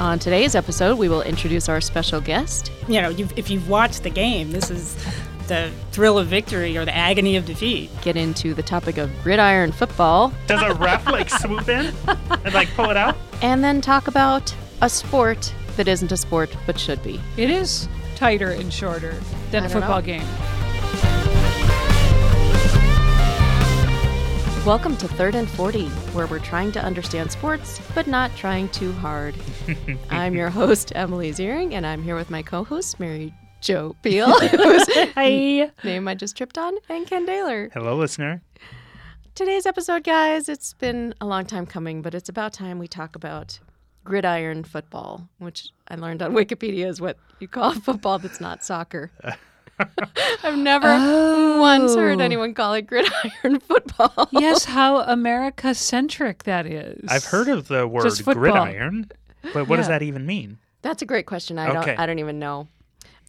On today's episode, we will introduce our special guest. You know, you've, if you've watched the game, this is the thrill of victory or the agony of defeat. Get into the topic of gridiron football, Does a ref like swoop in and like pull it out? and then talk about a sport that isn't a sport but should be. It is tighter and shorter than I a don't football know. game. Welcome to Third and 40, where we're trying to understand sports but not trying too hard. I'm your host, Emily Ziering, and I'm here with my co host, Mary Jo Peel, whose Hi. name I just tripped on, and Ken Daler. Hello, listener. Today's episode, guys, it's been a long time coming, but it's about time we talk about gridiron football, which I learned on Wikipedia is what you call football that's not soccer. I've never once heard Oh. anyone call it gridiron football. Yes, how America centric that is. I've heard of the word Just football. gridiron, but what does Yeah. that even mean? That's a great question. I Okay. don't I don't even know.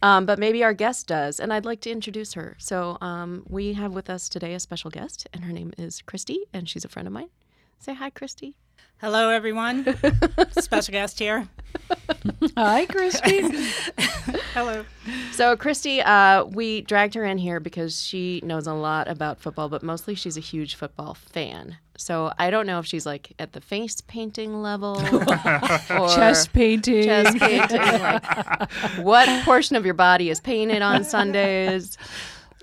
Um, but maybe our guest does, and I'd like to introduce her. So um, we have with us today a special guest, and her name is Christy, and she's a friend of mine. Say hi, Christy. Hello, everyone. Special guest here. Hi, Christy. Hello. So, Christy, uh, we dragged her in here because she knows a lot about football, but mostly she's a huge football fan. So, I don't know if she's like at the face painting level or Chess painting. chess painting. like, what portion of your body is painted on Sundays?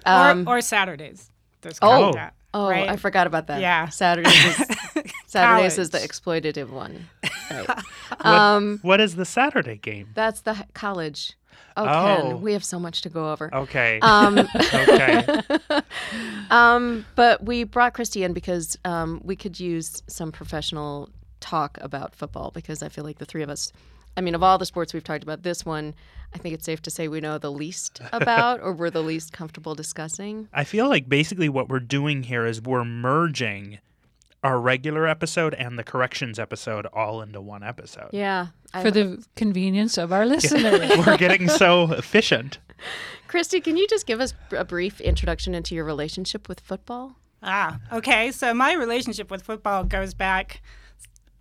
Um, or, or Saturdays. There's Oh. kind of that, oh, right? I forgot about that. Yeah. Saturdays is, Saturdays is the College. exploitative one. Right. Um, What is the Saturday game? that's the h- college. Oh, Oh. Ken, we have so much to go over. Okay. Um, okay. um, but we brought Christy in because um, we could use some professional talk about football because I feel like the three of us, I mean, of all the sports we've talked about, this one, I think it's safe to say we know the least about or we're the least comfortable discussing. I feel like basically what we're doing here is we're merging our regular episode and the corrections episode all into one episode. Yeah. I- For the convenience of our listeners. we're getting so efficient. Christy, can you just give us a brief introduction into your relationship with football? Ah, okay. So my relationship with football goes back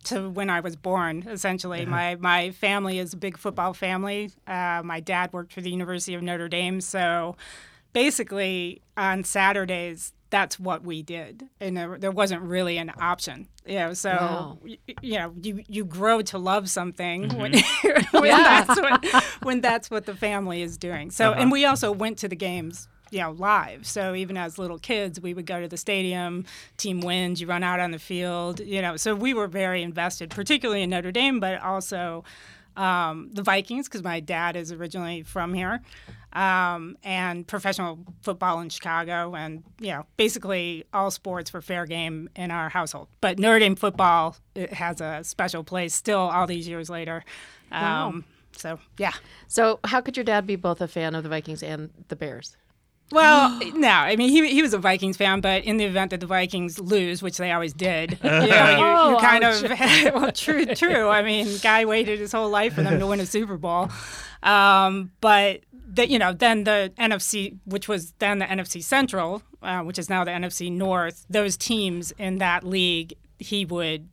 to when I was born, essentially. My my family is a big football family. Uh, my dad worked for the University of Notre Dame, so basically on Saturdays that's what we did, and there, there wasn't really an option. You know, so Wow. y- y- you know, you you grow to love something when, when that's what when that's what the family is doing. So, and we also went to the games. You know, live. So even as little kids, we would go to the stadium. Team wins, you run out on the field. You know, so we were very invested, particularly in Notre Dame, but also um, the Vikings because my dad is originally from here, um, and professional football in Chicago, and you know, basically all sports were fair game in our household. But Notre Dame football it has a special place still all these years later. Um, So yeah. So, how could your dad be both a fan of the Vikings and the Bears? Well, no, I mean he, he was a Vikings fan, but in the event that the Vikings lose, which they always did, you, know, you, you Oh, kind of well, true, true. I mean, guy waited his whole life for them to win a Super Bowl, um, but that you know, then the NFC, which was then the NFC Central, uh, which is now the NFC North, those teams in that league, he would.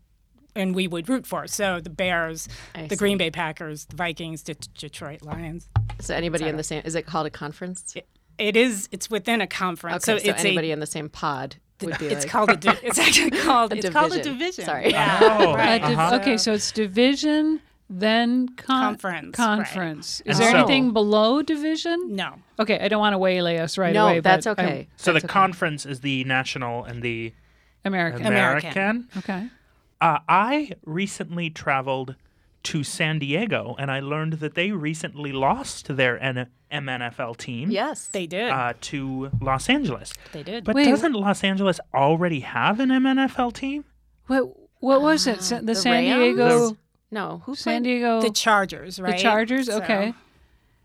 And we would root for so the Bears, I the see. Green Bay Packers, the Vikings, the Detroit Lions. So, anybody in the same, is it called a conference? It is. It's within a conference, Okay, so, so it's a anybody in the same pod would be It's like, called a. Di- it's actually called. it's called a division. division. Sorry. Yeah. Oh, Uh, Right. div- Okay, so it's division, then con- Conference, right. Conference. Is And there so- anything below division? No. Okay, I don't want to waylay us right no, away. but um, that's I'm okay. So That's the okay. conference is the national and the American. American. American. okay. Uh, I recently traveled to San Diego and I learned that they recently lost their N- MNFL team Yes. They did. uh, to Los Angeles. they did. But Wait. doesn't Los Angeles already have an MNFL team? What what was it? Sa- the, the San Rams? Diego no, who San played? Diego the Chargers, right? the Chargers? So- Okay. yeah,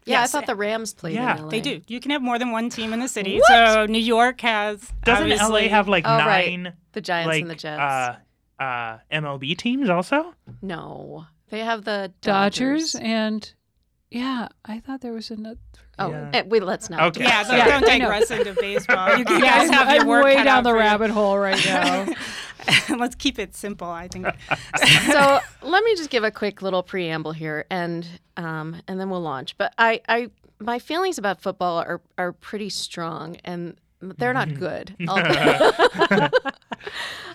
yes. I thought the Rams played. Yeah, in LA. They do. You can have more than one team in the city. So New York has. Doesn't obviously- LA have like Oh, nine right. The Giants like and the Jets. uh, uh, MLB teams also? no, they have the Dodgers, Dodgers. and yeah, I thought there was another. Oh, Yeah. eh, wait, let's not. Okay. Yeah, so Yeah, don't I know. digress into baseball. You Yeah, guys have I'm, your work way cut down out the for you. rabbit hole right now. Let's keep it simple, I think. so let me just give a quick little preamble here, and um, and then we'll launch. But I, I my feelings about football are are pretty strong, and they're not good. I'll-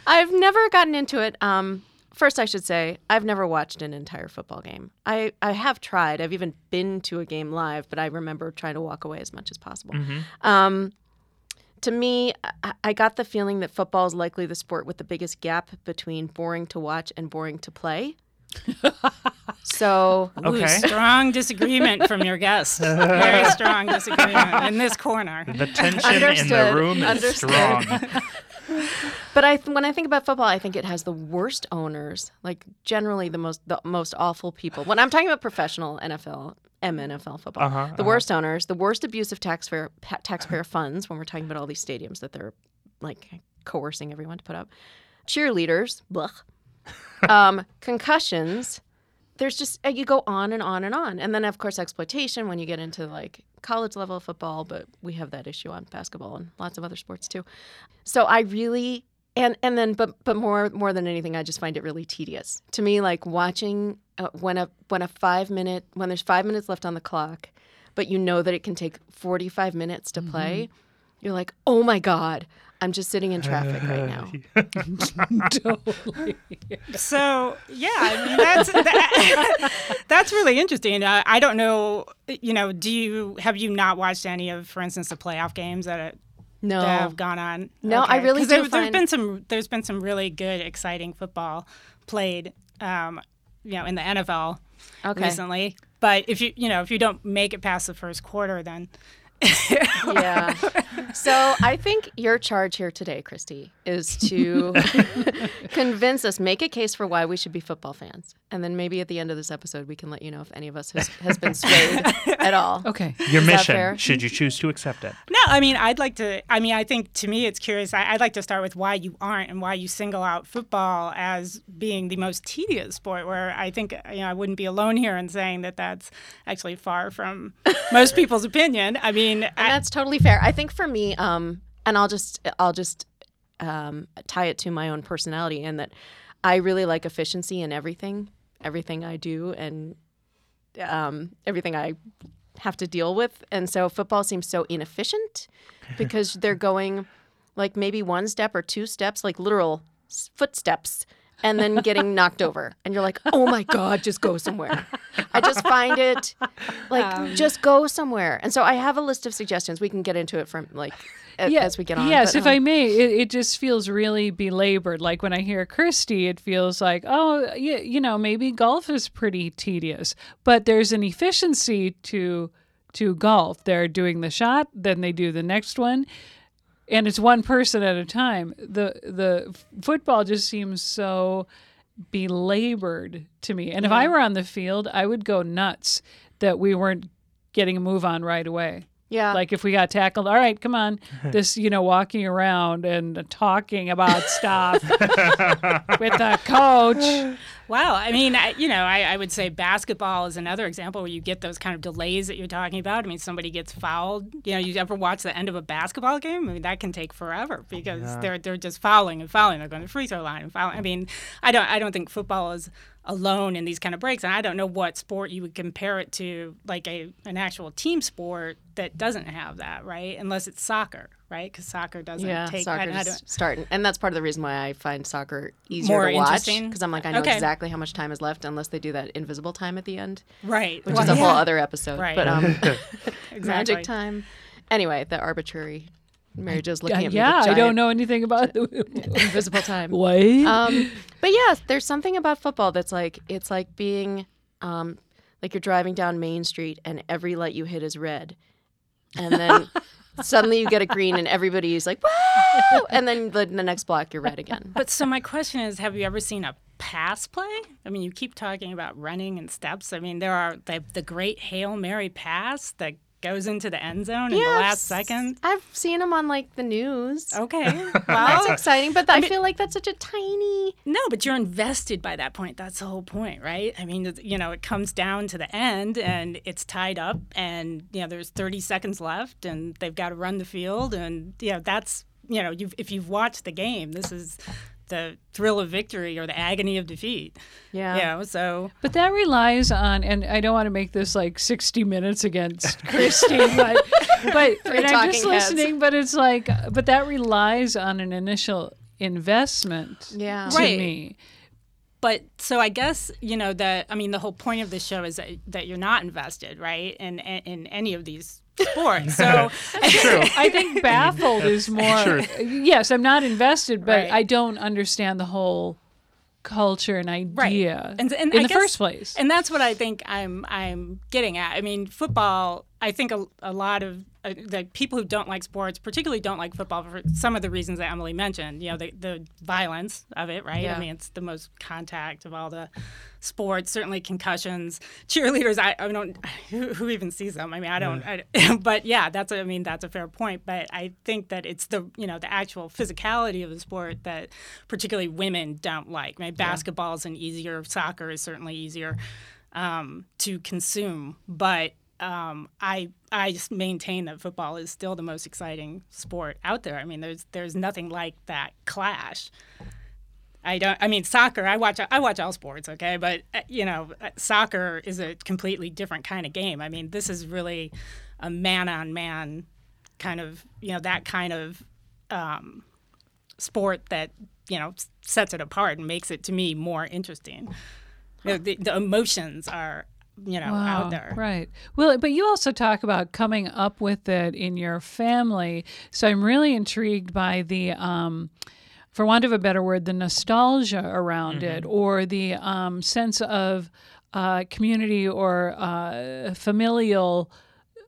I've never gotten into it. Um, first, I should say I've never watched an entire football game. I I have tried. I've even been to a game live, but I remember trying to walk away as much as possible. Um, to me, I, I got the feeling that football is likely the sport with the biggest gap between boring to watch and boring to play. so Ooh, Okay. strong disagreement from your guest. Very strong disagreement in this corner. The tension in the Understood. room is Understood. strong. But I, when I think about football, I think it has the worst owners, like generally the most the most awful people. When I'm talking about professional NFL, MNFL football, Uh-huh, the worst owners, the worst abuse of taxpayer pa- taxpayer funds. When we're talking about all these stadiums that they're like coercing everyone to put up, cheerleaders, blech, um, concussions. There's just uh, you go on and on and on, and then of course exploitation when you get into like college level football. But we have that issue on basketball and lots of other sports too. So I really and and then but but more more than anything, I just find it really tedious. To me, like watching uh, when a when a five minute when there's five minutes left on the clock, but you know that it can take forty five minutes to play. You're like, oh my god, I'm just sitting in traffic right now. totally. So yeah, I mean that's that, that's really interesting. I, I don't know, you know, do you have you not watched any of, for instance, the playoff games that, No, that have gone on? Oh. No, I really 'Cause do There, has find- been some. There's been some really good, exciting football played, um, you know, in the NFL okay, recently. But if you you know if you don't make it past the first quarter, then yeah. So I think your charge here today, Christy, is to convince us, make a case for why we should be football fans, and then maybe at the end of this episode, we can let you know if any of us has, has been swayed at all. Okay. Your that mission, fair? should you choose to accept it. No, I mean, I'd like to. I mean, I think to me, it's curious. I, I'd like to start with why you aren't and why you single out football as being the most tedious sport. Where I think you know I wouldn't be alone here in saying that that's actually far from most people's opinion. I mean, And I, that's totally fair. I think for me, um, and I'll just I'll just um, tie it to my own personality and that I really like efficiency in everything, everything I do, and um, everything I have to deal with. And so football seems so inefficient because they're going like maybe one step or two steps, like literal s- footsteps. And then getting knocked over, and you're like, "Oh my God, just go somewhere." I just find it like just go somewhere. And so I have a list of suggestions. We can get into it from like a- Yeah, as we get on. Yes, but, if um, I may, it, it just feels really belabored. Like when I hear Kirsty, it feels like, oh, you, you know, maybe golf is pretty tedious, but there's an efficiency to to golf. They're doing the shot, then they do the next one, and it's one person at a time. The the f- football just seems so belabored to me. And if I were on the field, I would go nuts that we weren't getting a move on right away. yeah, Like if we got tackled, all right, come on. This, you know, walking around and talking about stuff with the coach. wow. I mean, I, you know, I, I would say basketball is another example where you get those kind of delays that you're talking about. I mean, somebody gets fouled. You know, you ever watch the end of a basketball game? I mean, that can take forever because they're they're just fouling and fouling. They're going to the free throw line and fouling. I mean, I don't I don't think football is alone in these kind of breaks. And I don't know what sport you would compare it to, like a an actual team sport that doesn't have that, right? Unless it's soccer, right? Because soccer doesn't yeah, take. I- I soccer don't- starting, and that's part of the reason why I find soccer easier More to watch interesting? because I'm like I know Okay. exactly how much time is left, unless they do that invisible time at the end, right. which is a yeah, whole other episode. Right. But um, exactly. magic time. Anyway, the arbitrary. Mary Jo's Uh, looking at me. yeah, with I don't giant know anything about Invisible time. what. um, but yes, there's something about football that's like it's like being um, like you're driving down Main Street and every light you hit is red, and then suddenly you get a green and everybody's like woo, and then the, the next block you're red again. But so my question is, have you ever seen a pass play? I mean, you keep talking about running and steps. I mean, there are the, the great Hail Mary pass that goes into the end zone in the last second. Oh, I've seen them on like the news. Okay. That's Well, exciting, but I feel like that's such a tiny. no, but you're invested by that point. That's the whole point, right? I mean, it's- you know, it comes down to the end and it's tied up and, you know, there's 30 seconds left and they've got to run the field. And, you know, that's, you know, you've, if you've watched the game, this is the thrill of victory or the agony of defeat. Yeah. You know, so But that relies on, and I don't want to make this like 60 minutes against Christine, but, but and I'm talking just heads. listening, but it's like, but that relies on an initial investment Yeah. to Right. me. but so I guess you know that I mean the whole point of this show is that, that you're not invested, right? In, in in any of these sports. So True. I think baffled is more. Truth. Yes, I'm not invested, but Right. I don't understand the whole culture and idea And- and in I the guess- first place. and that's what I think I'm I'm getting at. I mean, football. I think a, a lot of uh, the people who don't like sports, particularly don't like football for some of the reasons that Emily mentioned. You know, the, the violence of it, right? Yeah. I mean, it's the most contact of all the sports. Certainly concussions, cheerleaders. I, I don't who, who even sees them. I mean, I don't. I, but yeah, that's a- I mean that's a fair point. But I think that it's the you know the actual physicality of the sport that particularly women don't like. I mean, basketball is an easier. Soccer is certainly easier um, to consume, but um, I I just maintain that football is still the most exciting sport out there. I mean, there's there's nothing like that clash. I don't. I mean, soccer. I watch. I watch all sports. Okay, but uh, you know, uh, soccer is a completely different kind of game. I mean, this is really a man-on-man kind of. You know, that kind of um, sport that you know s- sets it apart and makes it to me more interesting. You know, the, the emotions are you know out there. Right. Well, but you also talk about coming up with it in your family. So I'm really intrigued by the, um, for want of a better word, the nostalgia around it Mm-hmm. or the um, sense of uh, community or uh, familial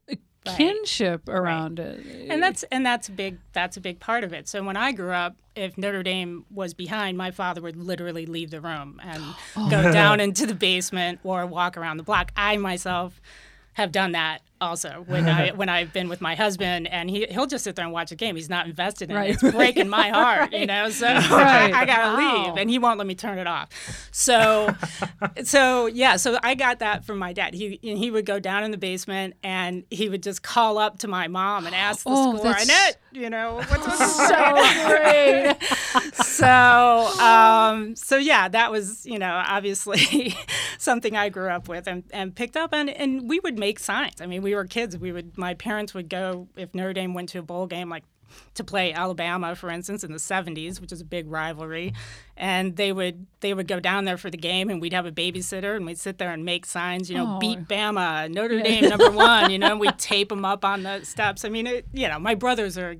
uh, kinship around it. and that's and that's a big that's a big part of it. So when I grew up, if Notre Dame was behind, my father would literally leave the room and Oh. go down into the basement or walk around the block. I myself have done that also when I when I've been with my husband, and he he'll just sit there and watch a game. He's not invested in Right. it. It's breaking my heart, you know. So Right. I gotta Wow. leave, and he won't let me turn it off. So so yeah, so I got that from my dad. He and he would go down in the basement and he would just call up to my mom and ask the Oh, score. that's- And it, you know, what's what's the so great. so um, so yeah, that was you know obviously something I grew up with and, and picked up and and we would make signs. I mean, we were kids. We would my parents would go if Notre Dame went to a bowl game like to play Alabama, for instance, in the '70s, which is a big rivalry, and they would they would go down there for the game, and we'd have a babysitter, and we'd sit there and make signs, you know, Oh. beat Bama, Notre Dame number one, you know, and we'd tape them up on the steps. I mean, it, you know, my brothers are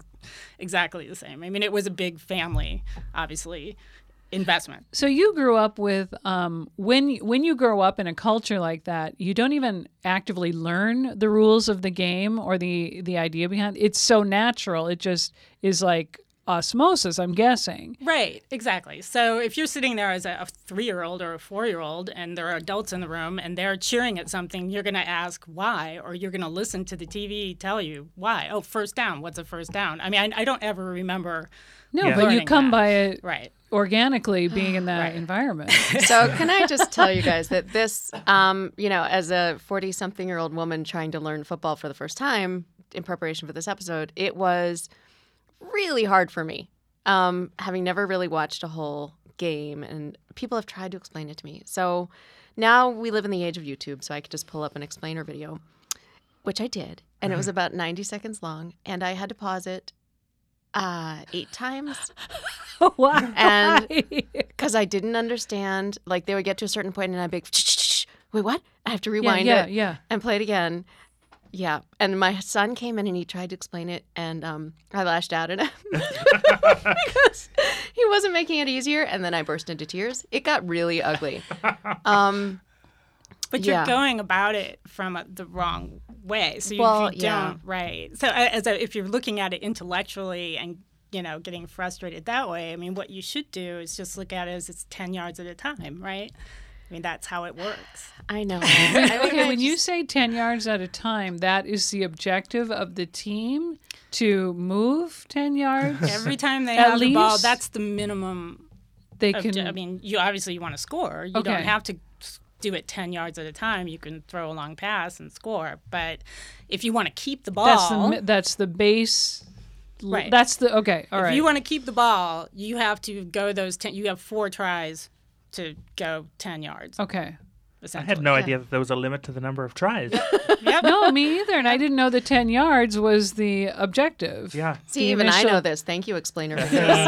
exactly the same. I mean, it was a big family, obviously, investment. So you grew up with um, when when you grow up in a culture like that, you don't even actively learn the rules of the game or the the idea behind it's so natural. It just is like osmosis. I'm guessing. Right, exactly. So if you're sitting there as a, a three year old or a four year old and there are adults in the room and they're cheering at something, you're going to ask why, or you're going to listen to the TV tell you why. Oh, first down. What's a first down? I mean, I, I don't ever remember. No, Yeah. but you Learning come that. by it Right. organically being in that Right. environment. So can I just tell you guys that this, um, you know, as a forty-something-year-old woman trying to learn football for the first time in preparation for this episode, it was really hard for me, um, having never really watched a whole game, and people have tried to explain it to me. So now we live in the age of YouTube, so I could just pull up an explainer video, which I did, and it was about ninety seconds long, and I had to pause it uh, eight times Why? And- because I didn't understand. Like they would get to a certain point, and I'd be like, "Shh, shh, shh, "Wait, what?" I have to yeah, rewind yeah, it yeah. and play it again. Yeah, and my son came in and he tried to explain it, and um, I lashed out at him because he wasn't making it easier. And then I burst into tears. It got really ugly. Um, But Yeah. you're going about it from a, the wrong way. So you, Well, if you yeah. don't, right. So a- as a, if you're looking at it intellectually and you know getting frustrated that way, I mean, what you should do is just look at it as it's ten yards at a time, right? I mean, that's how it works. I know. I think Okay, I when just- you say 10 yards at a time, that is the objective of the team to move 10 yards. Every time they At have the ball, least- that's the minimum. They Of, can I mean, you obviously you want to score. You Okay. don't have to s- do it ten yards at a time. You can throw a long pass and score. But if you want to keep the ball, That's the mi- that's the base Right. That's the okay. All right. If you want to keep the ball, you have to go those ten. You have four tries to go ten yards. okay. I Essentially. had no idea that there was a limit to the number of tries. No, me either. And I didn't know the 10 yards was the objective. yeah. See, even I know this. Thank you, explainer. For this.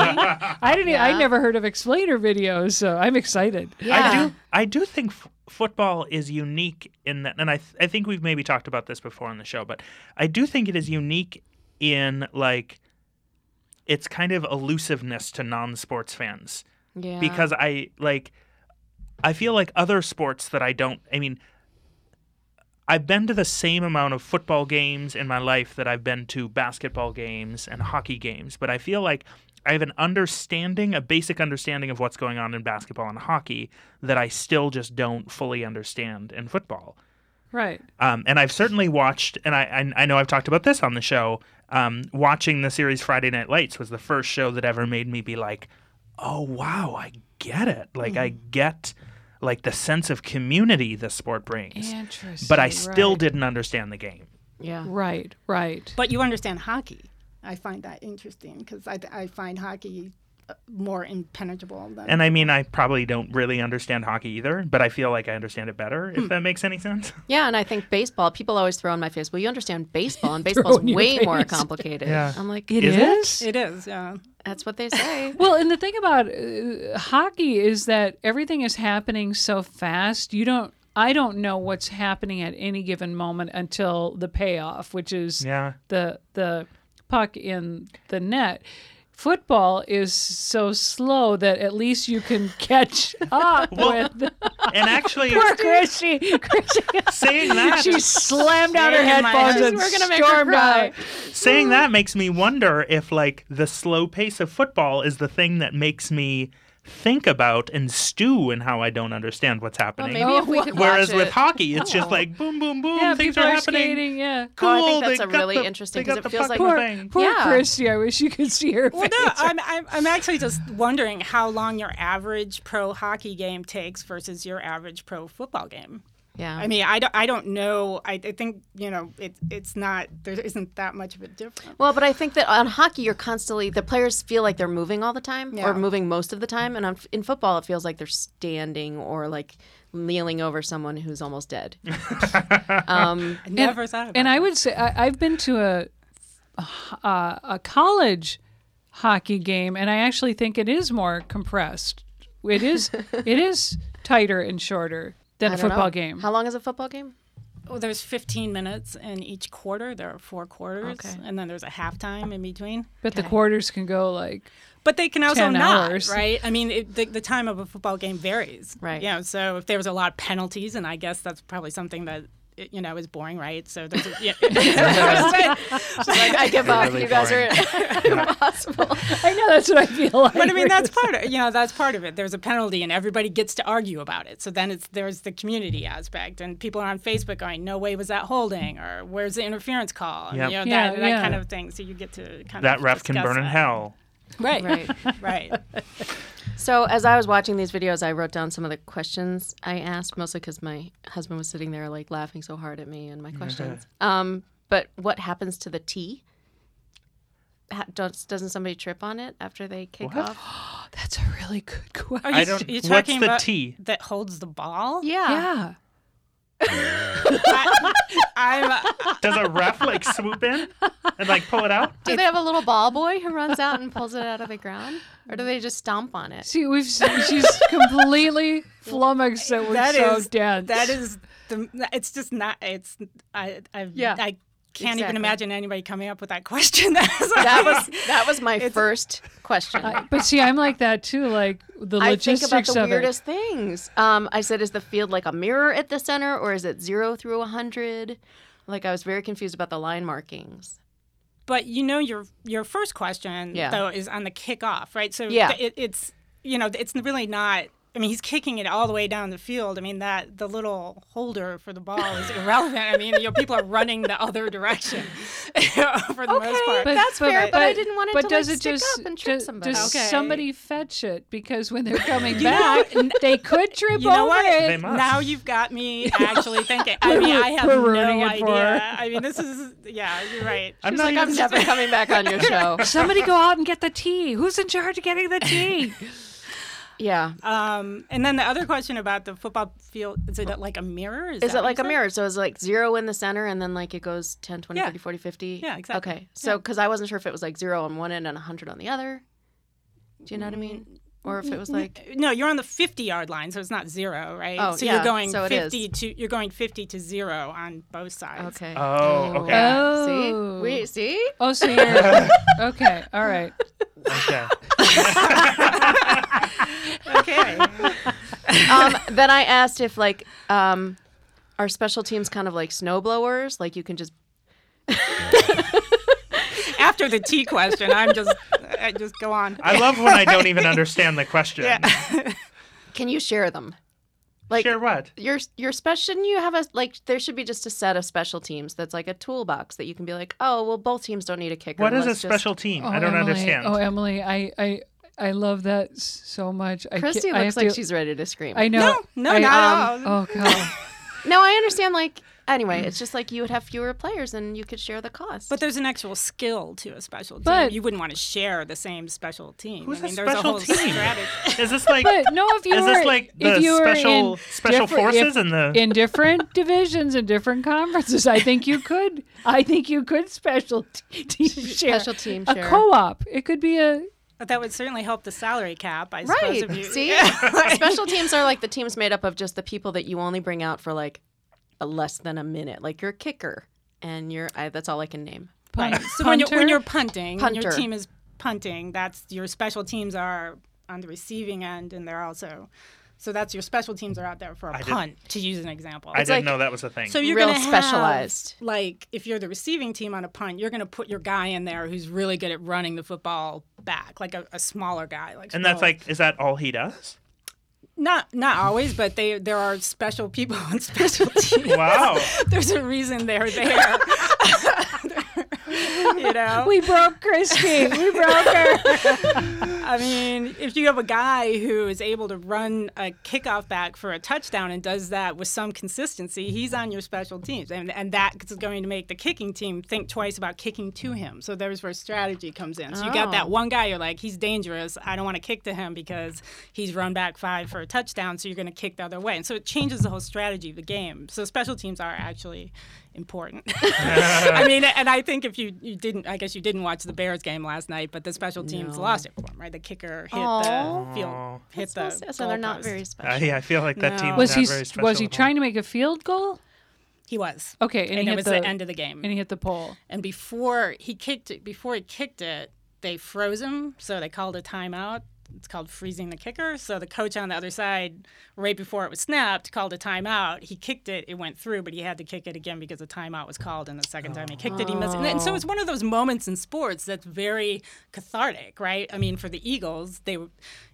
I didn't. e, I never heard of explainer videos, so I'm excited. Yeah. I do. I do think f- football is unique in that, and I th- I think we've maybe talked about this before on the show, but I do think it is unique in like its kind of elusiveness to non-sports fans Yeah. because I like I feel like other sports that I don't I mean I've been to the same amount of football games in my life that I've been to basketball games and hockey games, but I feel like I have an understanding, a basic understanding of what's going on in basketball and hockey that I still just don't fully understand in football. Right. Um, and I've certainly watched, and I, I I know I've talked about this on the show. Um, watching the series Friday Night Lights was the first show that ever made me be like, "Oh wow, I get it! Like I Mm. get like the sense of community this sport brings." Interesting. But I still right. didn't understand the game. yeah. Right. Right. But you understand hockey. I find that interesting because I, I find hockey uh, more impenetrable than. And I mean, I probably don't really understand hockey either, but I feel like I understand it better, Hmm. if that makes any sense. Yeah, and I think baseball. People always throw in my face. Well, you understand baseball, and baseball's in your way more face. complicated. Yeah. I'm like, It Is is. it? it is, yeah. that's what they say. Well, and the thing about uh, hockey is that everything is happening so fast. You don't. I don't know what's happening at any given moment until the payoff, which is Yeah. the the puck in the net. Football is so slow that at least you can catch up Well, with. And actually, Poor Christy. Christy. saying that, She slammed out her Shaking my headphones head. and We're gonna make her stormed cry. out. saying that makes me wonder if like the slow pace of football is the thing that makes me think about and stew in how I don't understand what's happening. Maybe if we could watch Whereas it. Oh. with hockey, it's just like boom, boom, boom, Yeah, things people are, happening. skating. Yeah. Cool. I think that's they a got really the- interesting they got 'cause it the feels like- puck in the Poor, thing. poor Yeah. Christy. I wish you could see her Well, face. no, I'm, I'm, I'm actually just wondering how long your average pro hockey game takes versus your average pro football game. Yeah. I mean, I don't, I don't know. I, I think, you know, it, it's not, there isn't that much of a difference. well, but I think that on hockey, you're constantly the players feel like they're moving all the time, Yeah. or moving most of the time, and on, in football, it feels like they're standing or like kneeling over someone who's almost dead. um, I never thought about And it. I would say I, I've been to a, a a college hockey game, and I actually think it is more compressed. It is it is tighter and shorter than I a don't know. football game. How long is a football game? Well, there's 15 minutes in each quarter. There are four quarters, Okay. and then there's a halftime in between. but the quarters can go like But they can also 10 not, hours. right? I mean, it, the, the time of a football game varies, Right. You know, so if there was a lot of penalties, and I guess that's probably something that it, you know is boring, right? So there's a, yeah. Like, I give up. Really you guys are impossible. I know that's what I feel like. but I mean, that's part of you know that's part of it. There's a penalty, and everybody gets to argue about it. So then it's there's the community aspect, and people are on Facebook going, "No way was that holding," or "Where's the interference call?" Yep. And, you know, Yeah, that, yeah. that kind of thing. So you get to kind That of ref can discuss burn in that. hell. right? Right. right. So as I was watching these videos, I wrote down some of the questions I asked, mostly because my husband was sitting there like laughing so hard at me and my questions. um, but what happens to the tee? Ha- does, doesn't somebody trip on it after they kick What? off? That's a really good question. Are I you, don't- you what's talking the about T? that holds the ball? Yeah. yeah. I, I'm, Does a ref like swoop in and like pull it out? Do they have a little ball boy who runs out and pulls it out of the ground, or do they just stomp on it? See, we've she's completely flummoxed that we're That so is- dense. that is the. It's just not. It's I. I, Yeah, I can't even exactly. imagine anybody coming up with that question. That was, That was that was my first question. I- but see, I'm like that too. Like the I think logistics about the of weirdest things. Um, I said, is the field like a mirror at the center, or is it zero through a hundred? Like I was very confused about the line markings. but you know your your first question Yeah. though is on the kickoff, right? So Yeah. th- it, it's you know it's really not I mean, he's kicking it all the way down the field. I mean, that the little holder for the ball is irrelevant. I mean, you know, people are running the other direction for the most part. But- that's fair, but I didn't want it but to, like, does it stick just, up and trip does, somebody. does Okay. somebody fetch it? Because when they're coming back, they could trip you know over what? it. They must. Now you've got me actually thinking. I mean, I have We're no ruining it idea. for her. I mean, this is yeah. You're right. I'm She's not like, even I'm never coming back on your show. Somebody go out and get the tea. Who's in charge of getting the tea? Yeah. Um, and then the other question about the football field is it like a mirror? Is that it what like you a said? mirror? So it's like zero in the center and then like it goes 10, 20, Yeah. 30, 40, 50? Yeah, exactly. Okay. So, because I wasn't sure if it was like zero on one end and 100 on the other. Do you know what I mean? Or if it Mm, was like, No, you're on the 50 yard line, so it's not zero, right? Oh, so yeah, you're going so it is. 50 to you're going 50 to zero on both sides. okay. Oh, okay. yeah. Oh. See? We, see? Oh, so you're okay. All right. Okay. Okay. um, then I asked if like um, are special teams kind of like snowblowers? Like you can just After the T question, I'm just I just go on. I love when I don't even understand the question. can you share them? Like Share what? your your special shouldn't you have a like there should be just a set of special teams that's like a toolbox that you can be like oh well both teams don't need a kicker. What is a let's just- special team? I don't Emily. understand. Oh, Emily, I, I, I love that s- so much. I Christy ca- I looks have like to- she's ready to scream. I know. No, no, I, not at all. Oh god. no, I understand. Like anyway, it's just like you would have fewer players and you could share the cost. But there's an actual skill to a special team. But- you wouldn't want to share the same special team. Who's I mean, a there's special a whole team? strategy. Is this like But no, if you Is were, this like the if you special- were in special different- forces if- and the- in different divisions and different conferences, I think you could. I think you could special t- team share Special team a share. co-op. It could be a But that would certainly help the salary cap, I suppose. Right. If you, See? Special teams are like the teams made up of just the people that you only bring out for like a less than a minute, like your kicker and your I, that's all I can name. pun- So when you're, when punter. you're punting, when your Punter. team is punting, that's your special teams are on the receiving end, and they're also so that's your special teams are out there for a did- punt to use an example. I didn't like- know that was a thing. so you're Real gonna have, specialized. like if you're the receiving team on a punt, you're going to put your guy in there who's really good at running the football back, like a, a smaller guy. Like and that's Sproles. like, is that all he does? not not always, but they there are special people on special teams. Wow. There's a reason they're there. you know, we broke Christy. We broke her. I mean, if you have a guy who is able to run a kickoff back for a touchdown and does that with some consistency, he's on your special teams. And, and that is going to make the kicking team think twice about kicking to him. So there's where strategy comes in. So you got Oh. that one guy, you're like, he's dangerous. I don't want to kick to him because he's run back five for a touchdown. So you're going to kick the other way. And so it changes the whole strategy of the game. So special teams are actually important. I mean, and I think if you, you didn't, I guess you didn't watch the Bears game last night, but the special teams lost it for them, right? The kicker hit Aw. the field, hit So, the. so they're not goalpost. very special. I, I feel like that team No. Was not he very s- special. was he at all. trying to make a field goal? He was. Okay, and, And, he it hit was the, the end of the game. and he hit the pole. And before he kicked it, before he kicked it, they froze him, so they called a timeout. It's called freezing the kicker. So the coach on the other side, right before it was snapped, called a timeout. He kicked it, it went through, but he had to kick it again because a timeout was called. And the second time he kicked it, he missed it. And so it's one of those moments in sports that's very cathartic, right? I mean, for the Eagles, they, were-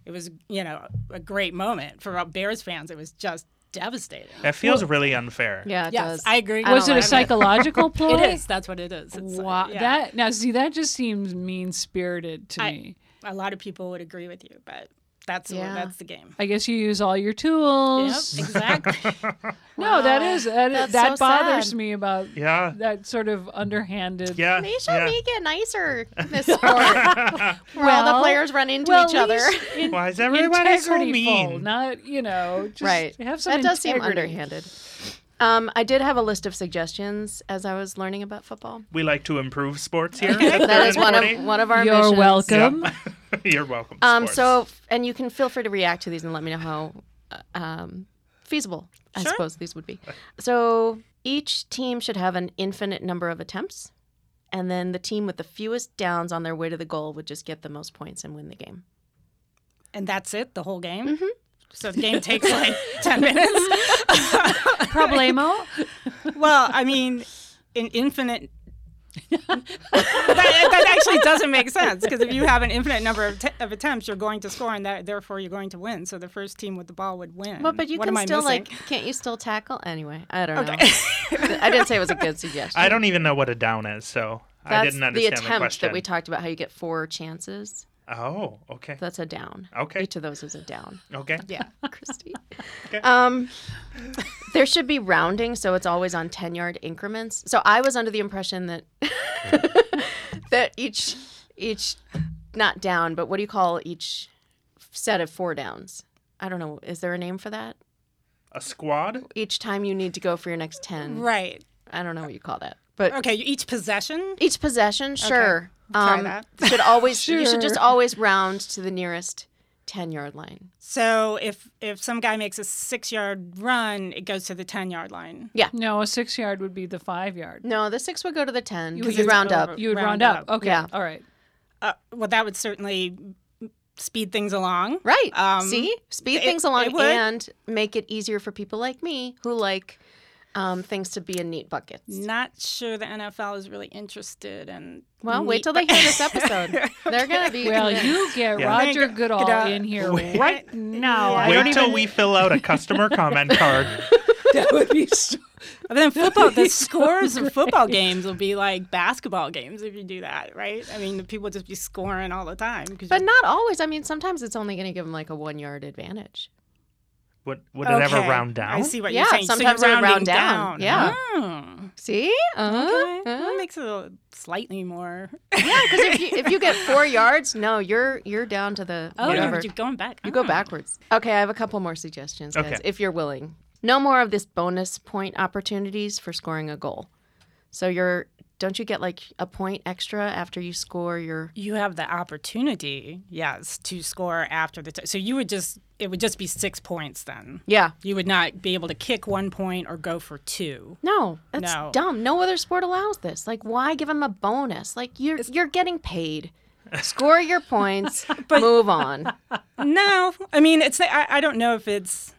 it was you know a great moment. For Bears fans, it was just devastating. That feels really unfair. Yeah, it yes, does. I agree. I Was it don't a like it. psychological ploy? It is. That's what it is. It's, uh, Wow, yeah. that now see that just seems mean spirited to me. a lot of people would agree with you, but that's Yeah. that's the game. I guess you use all your Yep, tools. exactly. No, that is that, That's that so bothers sad. me about Yeah. that sort of underhanded. Yeah. They should yeah. make it nicer this sport, where all the Well- players run into well, each at other. least in- Why is everybody so integrityful, mean? Not you know, just right. Have some that does seem integrity. underhanded. Um, I did have a list of suggestions as I was learning about football. We like to improve sports here. That is one of one of our You're missions. welcome. You're welcome. Um, sports. so, and you can feel free to react to these and let me know how uh, um, feasible I Sure. suppose these would be. So, each team should have an infinite number of attempts, and then the team with the fewest downs on their way to the goal would just get the most points and win the game. and that's it. The whole game. Mm-hmm. So the game takes like ten minutes. Problemo. Well, I mean, an infinite that, that actually doesn't make sense because if you have an infinite number of, t- of attempts, you're going to score, and that, therefore you're going to win. So the first team with the ball would win. Well, but you What can am I still missing? like, can't you still tackle? Anyway, I don't know. I didn't say it was a good suggestion. I don't even know what a down is, so I That's didn't understand the the, attempt question. that we talked about. How you get four chances. oh, okay. That's a down. Okay. Each of those is a down. Okay. yeah. Christy. Um, there should be rounding, so it's always on ten yard increments. So I was under the impression that that each each not down, but what do you call each set of four downs? I don't know. Is there a name for that? A squad? Each time you need to go for your next ten. Right. I don't know what you call that, but Okay. Each possession. each possession, sure. Try that. should always you should just Sure. always round to the nearest ten yard line. So if if some guy makes a six yard run, it goes to the ten yard line. No, a six yard would be the five yard. No, the six would go to the ten. You because would you Mm, round over. up. You would Round round, up. up. Okay. Yeah. All right. Uh, well, that would certainly speed things along. Right. Um, See, speed it- things it along would. and make it easier for people like me who like um, things to be in neat buckets. Not sure the NFL is really interested in. Well, wait neat- till they hear this episode. They're gonna be Well, you get Yeah. Roger Thank Goodall God. in here Wait. right now. I don't Wait till even- we fill out a customer comment card. That would be so But then football, the scores of football games will be like basketball games if you do that, right? I mean, the people just be scoring all the time. 'cause But you- not always. I mean, sometimes it's only gonna give them like a one yard advantage. Would, would it ever Okay. round down? I see what Yeah, you're saying. So you're sometimes they round rounding down. Yeah. Uh-huh. Hmm. See? Uh, Okay. Well, uh. it makes it a- slightly more. Yeah, because if you, if you get four yards, no, you're you're down to the Oh, whatever. you're going back. You go Oh. backwards. Okay, I have a couple more suggestions, guys, Okay. if you're willing. No more of this bonus point opportunities for scoring a goal. So you're don't you get like a point extra after you score your You have the opportunity, yes, to score after the. T- so you would just, it would just be six points then. Yeah. You would not be able to kick one point or go for two. No, that's No. dumb. No other sport allows this. Like why give them a bonus? Like you're you're getting paid. Score your points, move on. No, I mean it's. I, I don't know if it's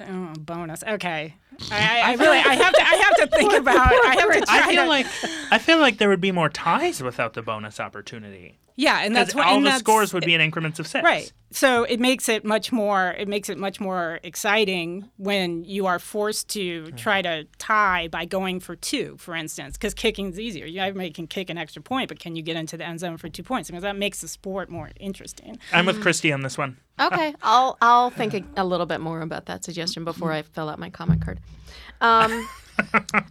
oh, bonus. Okay, I, I, I really I have to I have to think about. I have to try I feel to- like I feel like there would be more ties without the bonus opportunity. yeah, and that's Because what all and the that's- scores would be in increments of six. right. So it makes it much more. It makes it much more exciting when you are forced to try to tie by going for two, for instance, because kicking's easier. You everybody can kick an extra point, but can you get into the end zone for two points? Because that makes the sport more interesting. I'm with Christy on this one. Okay, I'll I'll think a, a little bit more about that suggestion before I fill out my comment card. Um,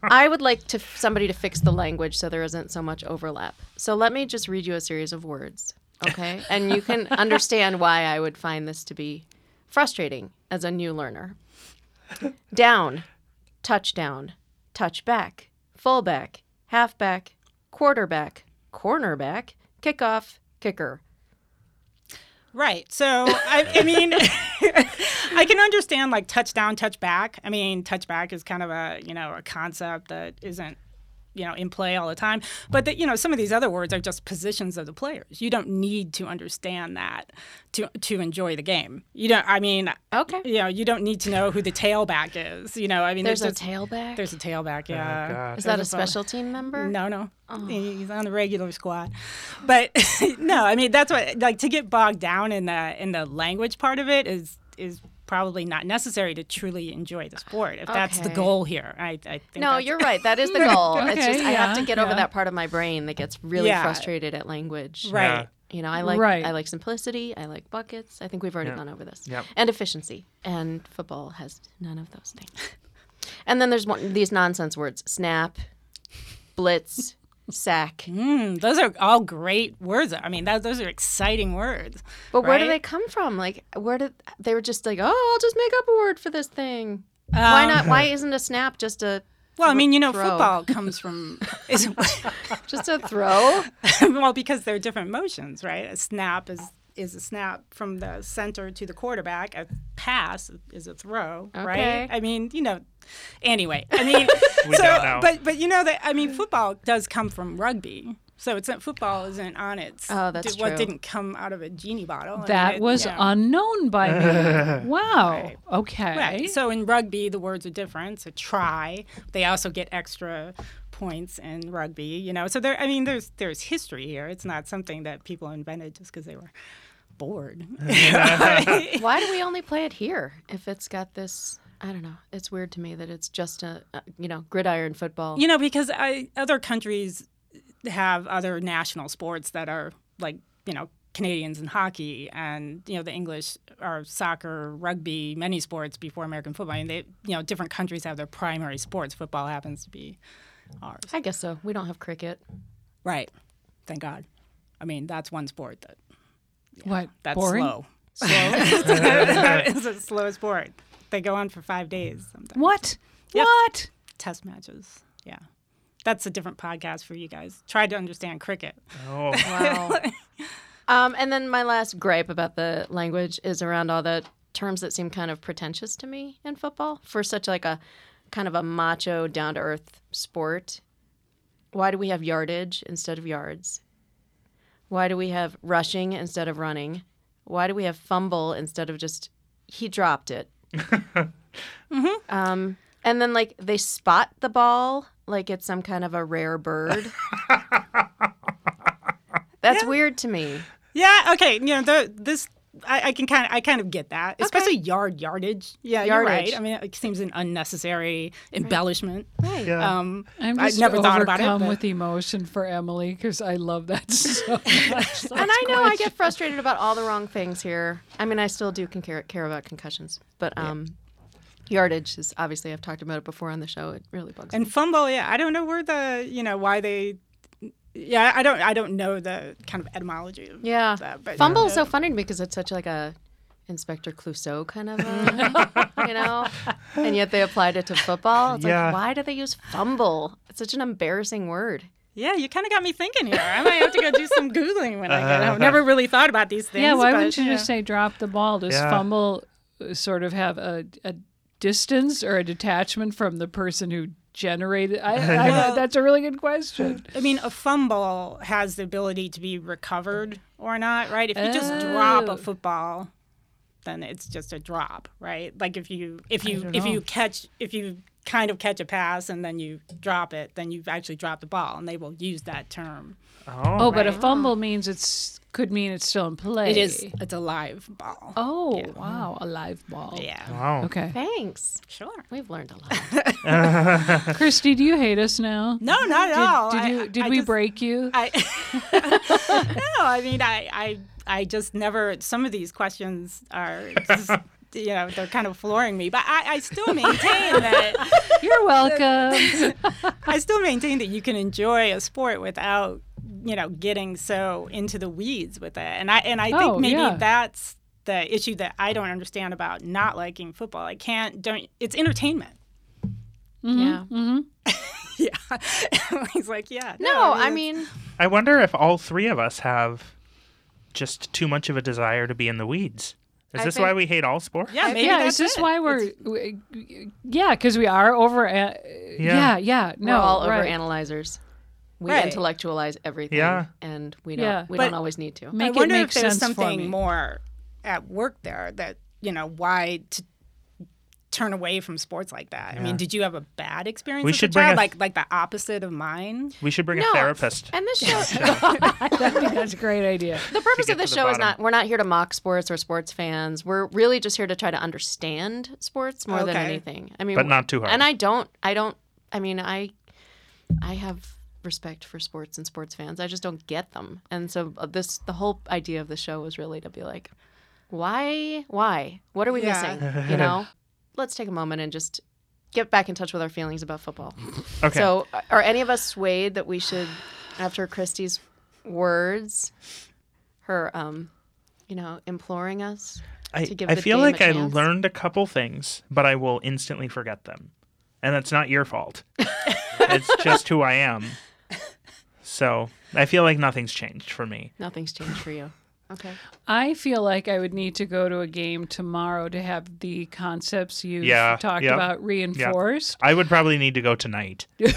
I would like to somebody to fix the language so there isn't so much overlap. So let me just read you a series of words, okay, and you can understand why I would find this to be frustrating as a new learner. Down, touchdown, touchback, fullback, halfback, quarterback, cornerback, kickoff, kicker. Right. So I, I mean, I can understand like touchdown, touchback. I mean, touchback is kind of a you know a concept that isn't you know in play all the time. But that you know some of these other words are just positions of the players. You don't need to understand that to to enjoy the game. You don't. I mean, Okay. you know, you don't need to know who the tailback is. You know, I mean, There's, there's, a just- tailback. There's a tailback. Yeah. Is that a There's a bone. special team member? No, no. Oh. He's on the regular squad. But no, I mean that's what like to get bogged down in the in the language part of it is is probably not necessary to truly enjoy the sport if that's the Okay. goal here. I, I think No, that's- you're right. That is the goal. it's Okay, just I have to yeah, get over yeah. that part of my brain that gets really Yeah. frustrated at language. right. You know, I like Right. I like simplicity. I like buckets. I think we've already Yeah. gone over this. Yep. And efficiency. And football has none of those things. and then there's one, these nonsense words: snap, blitz, sack. Mm, those are all great words. I mean, that, those are exciting words. But where do right? they come from? Like, where did they were just like, oh, I'll just make up a word for this thing. why Um, not? Why isn't a snap just a Well, I mean, you know, throw. football comes from is, just a throw? well because they're different motions, right? A snap is is a snap from the center to the quarterback. A pass is a throw, Okay. right? I mean, you know. Anyway, I mean, We so don't know. but but you know that I mean, football does come from rugby. So it's not, football isn't on it. Oh, that's What true. didn't come out of a genie bottle. I mean, That it- was yeah. unknown by me. wow. Right. Okay. Right. So in rugby, the words are different. It's a try. They also get extra points in rugby. You know, so there. I mean, there's there's history here. It's not something that people invented just because they were bored. Why do we only play it here if it's got this? I don't know. It's weird to me that it's just a, uh, you know, gridiron football. you know, because I, other countries have other national sports that are like you know Canadians in hockey and you know the English are soccer, rugby, many sports before American football. And they you know different countries have their primary sports. Football happens to be ours. I guess so. We don't have cricket. Right. Thank God. I mean, that's one sport that What? that's boring? slow. Slow. it's a slow sport. They go on for five days sometimes. What? What? Test matches. Yeah. That's a different podcast for you guys. Try to understand cricket. Oh, Wow. um, and then my last gripe about the language is around all the terms that seem kind of pretentious to me in football for such like a kind of a macho, down to earth sport. Why do we have yardage instead of yards? Why do we have rushing instead of running? Why do we have fumble instead of just he dropped it? um, and then like they spot the ball like it's some kind of a rare bird. That's weird to me. Yeah. Okay. You know, the, this I, I can kind of I kind of get that, especially yard yardage. Yeah, Yardage. you're right. I mean, it seems an unnecessary embellishment. Right. yeah. Um, I'm I just never thought about it, overcome but- with emotion for Emily because I love that so much. So And I know I get frustrated about all the wrong things here. I mean, I still do con- care, care about concussions, but um, yardage is obviously I've talked about it before on the show. It really bugs me. And fumble, yeah, I don't know where the you know why they, yeah, I don't I don't know the kind of etymology. Of Yeah, that, but- fumble is so funny to me because it's such like a Inspector Clouseau kind of, a, you know, and yet they applied it to football. It's Yeah. like why do they use fumble? It's such an embarrassing word. Yeah, you kind of got me thinking here. I might have to go do some googling when I get home. Never really thought about these things. yeah, why but, wouldn't you yeah. just say drop the ball? Does Yeah. fumble uh, sort of have a, a distance or a detachment from the person who generated? I, I, Well- that's a really good question. I mean, a fumble has the ability to be recovered or not, right? If you just drop Oh. a football, then it's just a drop, right? Like if you if you don't if know. you catch if you kind of catch a pass and then you drop it, then you've actually dropped the ball, and they will use that term. Oh, oh, but a fumble means it's could mean it's still in play. It is it's a live ball. Oh wow, a live ball. Yeah, wow. Okay. Thanks. sure. We've learned a lot. Christy, do you hate us now? No, not at all. Did I- you? Did I we just- break you? I no, I mean, I, I, I just never. Some of these questions are, just, you know, they're kind of flooring me. But I, I still maintain that You're welcome. I still maintain that you can enjoy a sport without, you know, getting so into the weeds with it. And I, and I Oh, think maybe yeah. that's the issue that I don't understand about not liking football. I can't. Don't. It's entertainment. Yeah. Yeah. He's like, yeah. No, I mean, I wonder if all three of us have just too much of a desire to be in the weeds. Is I this think- why we hate all sports? yeah. Maybe yeah, that's is this it. why we're? we- yeah, because we are over. Uh, yeah. yeah, No, we're all right. over analyzers. We Right. intellectualize everything, Yeah. and we don't. Yeah. We But- don't always need to. Make I wonder it make if there's sense for me. something more at work there that you know why to turn away from sports like that. I mean, did you have a bad experience We as should a bring child, a- like like the opposite of mine? We should bring No. a therapist. And this show, I think that's a great idea. the purpose get of this to the show is bottom. not. We're not here to mock sports or sports fans. We're really just here to try to understand sports more than Okay. anything. I mean, But not too hard. And I don't. I don't. I mean, I, I have respect for sports and sports fans. I just don't get them. And so uh, this, the whole idea of the show was really to be like, why, why, what are we Yeah. missing? You know, let's take a moment and just get back in touch with our feelings about football. Okay. So, uh, are any of us swayed that we should, after Christie's words, her, um, you know, imploring us? I, to give I the feel game like a I chance. learned a couple things, but I will instantly forget them. And that's not your fault. it's just who I am. So I feel like nothing's changed for me. Nothing's changed for you. Okay. I feel like I would need to go to a game tomorrow to have the concepts you Yeah, talked yep, about reinforced. I would probably need to go tonight. yeah,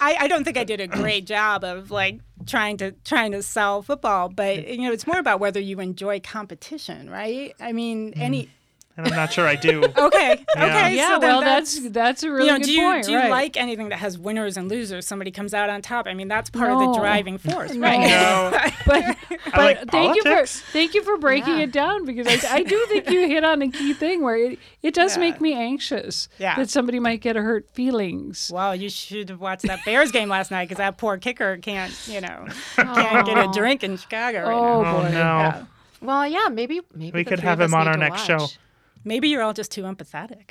I, I don't think I did a great job of like trying to trying to sell football, but you know, it's more about whether you enjoy competition, right? I mean, any and I'm not sure I do. okay, Yeah. okay. Mm. yeah, so then well, that's, that's that's a really you know, good do you point, do you right? like anything that has winners and losers? Somebody comes out on top. I mean, that's part of No. the driving force, No. right? No. but I like but thank you for politics. thank you for breaking Yeah. it down because I, I do think you hit on a key thing where it, it does Yeah. make me anxious Yeah. that somebody might get hurt feelings. Well, you should have watched that Bears game last night because that poor kicker can't, you know, can't get a drink in Chicago right now. Oh, Oh boy. no. Yeah. Well, yeah, maybe maybe We the could three have of him us on need our to next show. watch. Maybe you're all just too empathetic.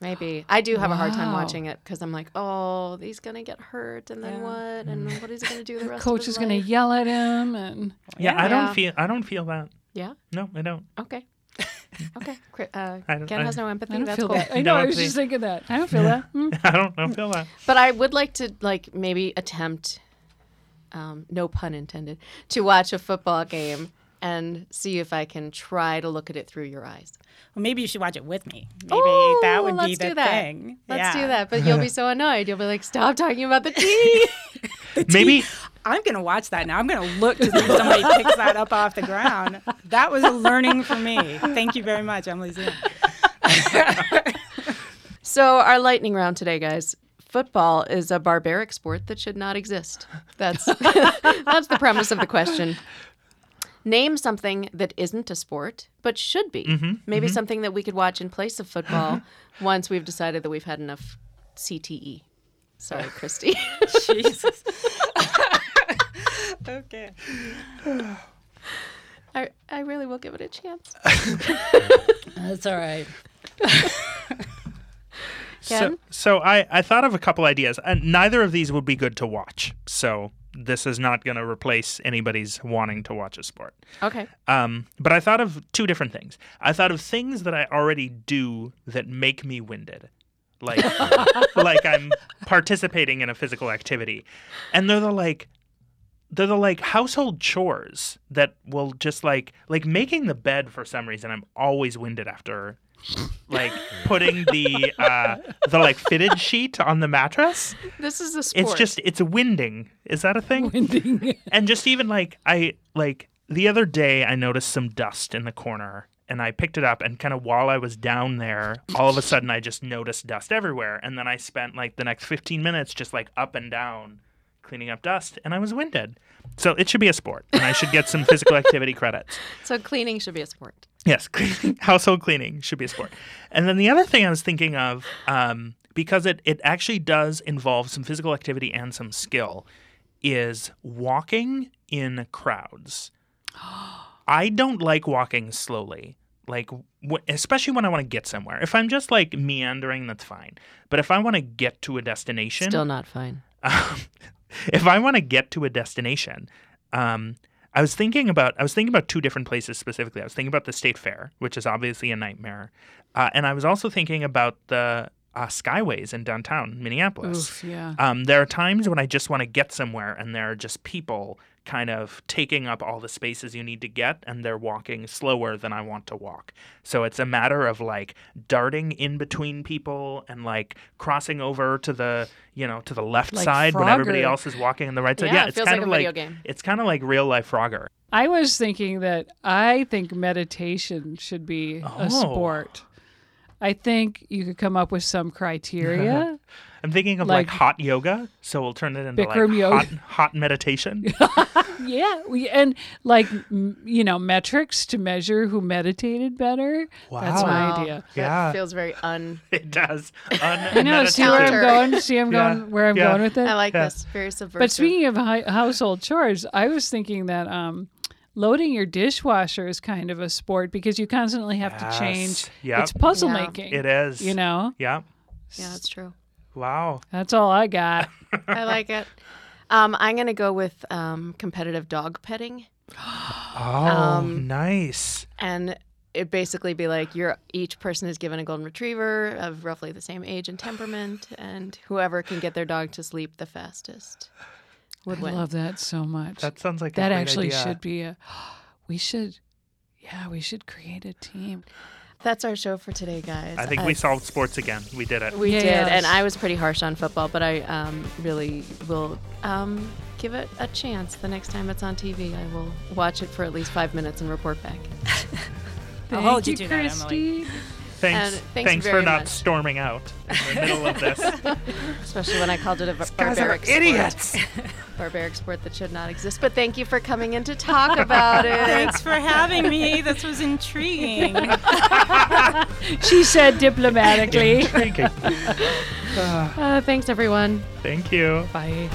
Maybe I do have a hard time Wow. watching it because I'm like, oh, he's gonna get hurt, and then what? And Mm. then what is he gonna do the rest? of Coach his is going to life? yell at him and Yeah, I don't Yeah. feel. I don't feel that. Yeah. No, I don't. Okay. Okay. Cri- Uh, I don't- Ken I- has no I empathy. don't That's feel cool. that. I know. No, I was please. just thinking that. I don't feel that. Mm. I don't. I don't feel that. But I would like to like maybe attempt, um, no pun intended, to watch a football game and see if I can try to look at it through your eyes. Well, maybe you should watch it with me. Maybe Oh, that would let's be the do that. thing. Let's Yeah. do that. But you'll be so annoyed. You'll be like, stop talking about the tea. Maybe I'm gonna watch that now. I'm gonna look to see if somebody picks that up off the ground. That was a learning for me. Thank you very much, Emily. Zinn. so our lightning round today, guys. Football is a barbaric sport that should not exist. That's that's the premise of the question. Name something that isn't a sport but should be. Mm-hmm, Maybe something that we could watch in place of football once we've decided that we've had enough CTE. Sorry, Christy. Jesus. okay. I, I really will give it a chance. That's all right. Ken? So, so I, I thought of a couple ideas, and neither of these would be good to watch. So this is not going to replace anybody's wanting to watch a sport. Okay. Um, but I thought of two different things. I thought of things that I already do that make me winded, like like I'm participating in a physical activity, and they're the like they're the like household chores that will just like like making the bed for some reason. I'm always winded after. like putting the uh the like fitted sheet on the mattress This is a sport. it's just it's winding is that a thing and just even like I like the other day I noticed some dust in the corner and I picked it up and kind of while I was down there, all of a sudden I just noticed dust everywhere and then I spent like the next 15 minutes just like up and down cleaning up dust and I was winded. So it should be a sport and I should get some physical activity credits. so cleaning should be a sport. Yes, cleaning, household cleaning should be a sport. And then the other thing I was thinking of, um, because it, it actually does involve some physical activity and some skill, is walking in crowds. I don't like walking slowly, like w- especially when I want to get somewhere. If I'm just like meandering, that's fine. But if I want to get to a destination, Still not fine. um, if I want to get to a destination, um, I was thinking about I was thinking about two different places specifically. I was thinking about the state fair, which is obviously a nightmare, uh, and I was also thinking about the uh, skyways in downtown Minneapolis. Oof, yeah. Um, there are times when I just want to get somewhere, and there are just people kind of taking up all the spaces you need to get, and they're walking slower than I want to walk. So it's a matter of like darting in between people and like crossing over to the you know to the left Like side when everybody Frogger. else is walking on the right side. Yeah, Yeah, it it's feels kind like of a video like game. it's kind of like real life Frogger. I was thinking that I think meditation should be Oh. a sport. I think you could come up with some criteria. I'm thinking of like, Like- hot yoga, so we'll turn it into Bikram like yoga. hot, hot meditation. yeah, we, and like m- you know metrics to measure who meditated better. That's Wow. my idea. Yeah. That feels very un. it does. I know. See where Counter. I'm going. See, I'm Yeah, going where I'm yeah. going with it. I like Yeah. this. Very subversive. But speaking of hi- household chores, I was thinking that um, loading your dishwasher is kind of a sport because you constantly have to change. Yes. Yep. It's puzzle Yeah. making. It is. You know, Yeah. yeah, that's true. Wow. that's all I got. I like it. Um, I'm going to go with um, competitive dog petting. Oh, Um, nice. And it basically be like you're each person is given a golden retriever of roughly the same age and temperament, and whoever can get their dog to sleep the fastest would I win. love that so much. That sounds like that a great actually idea. should be a. We should, yeah, we should create a team. That's our show for today, guys. Uh, I think we solved sports again. We did it. We Yeah, did, yeah. and I was pretty harsh on football, but I um, really will um, give it a chance the next time it's on TV. I will watch it for at least five minutes and report back. I'll Thank hold Oh, you you, to that, Emily. Christy. Thanks. And thanks thanks for very not much. storming out in the middle of this. Especially when I called it a bar- Guys are barbaric sport. idiots. Barbaric sport that should not exist. But thank you for coming in to talk about it. Thanks for having me. This was intriguing. she said diplomatically. Intriguing. Uh, thanks, everyone. Thank you. Bye.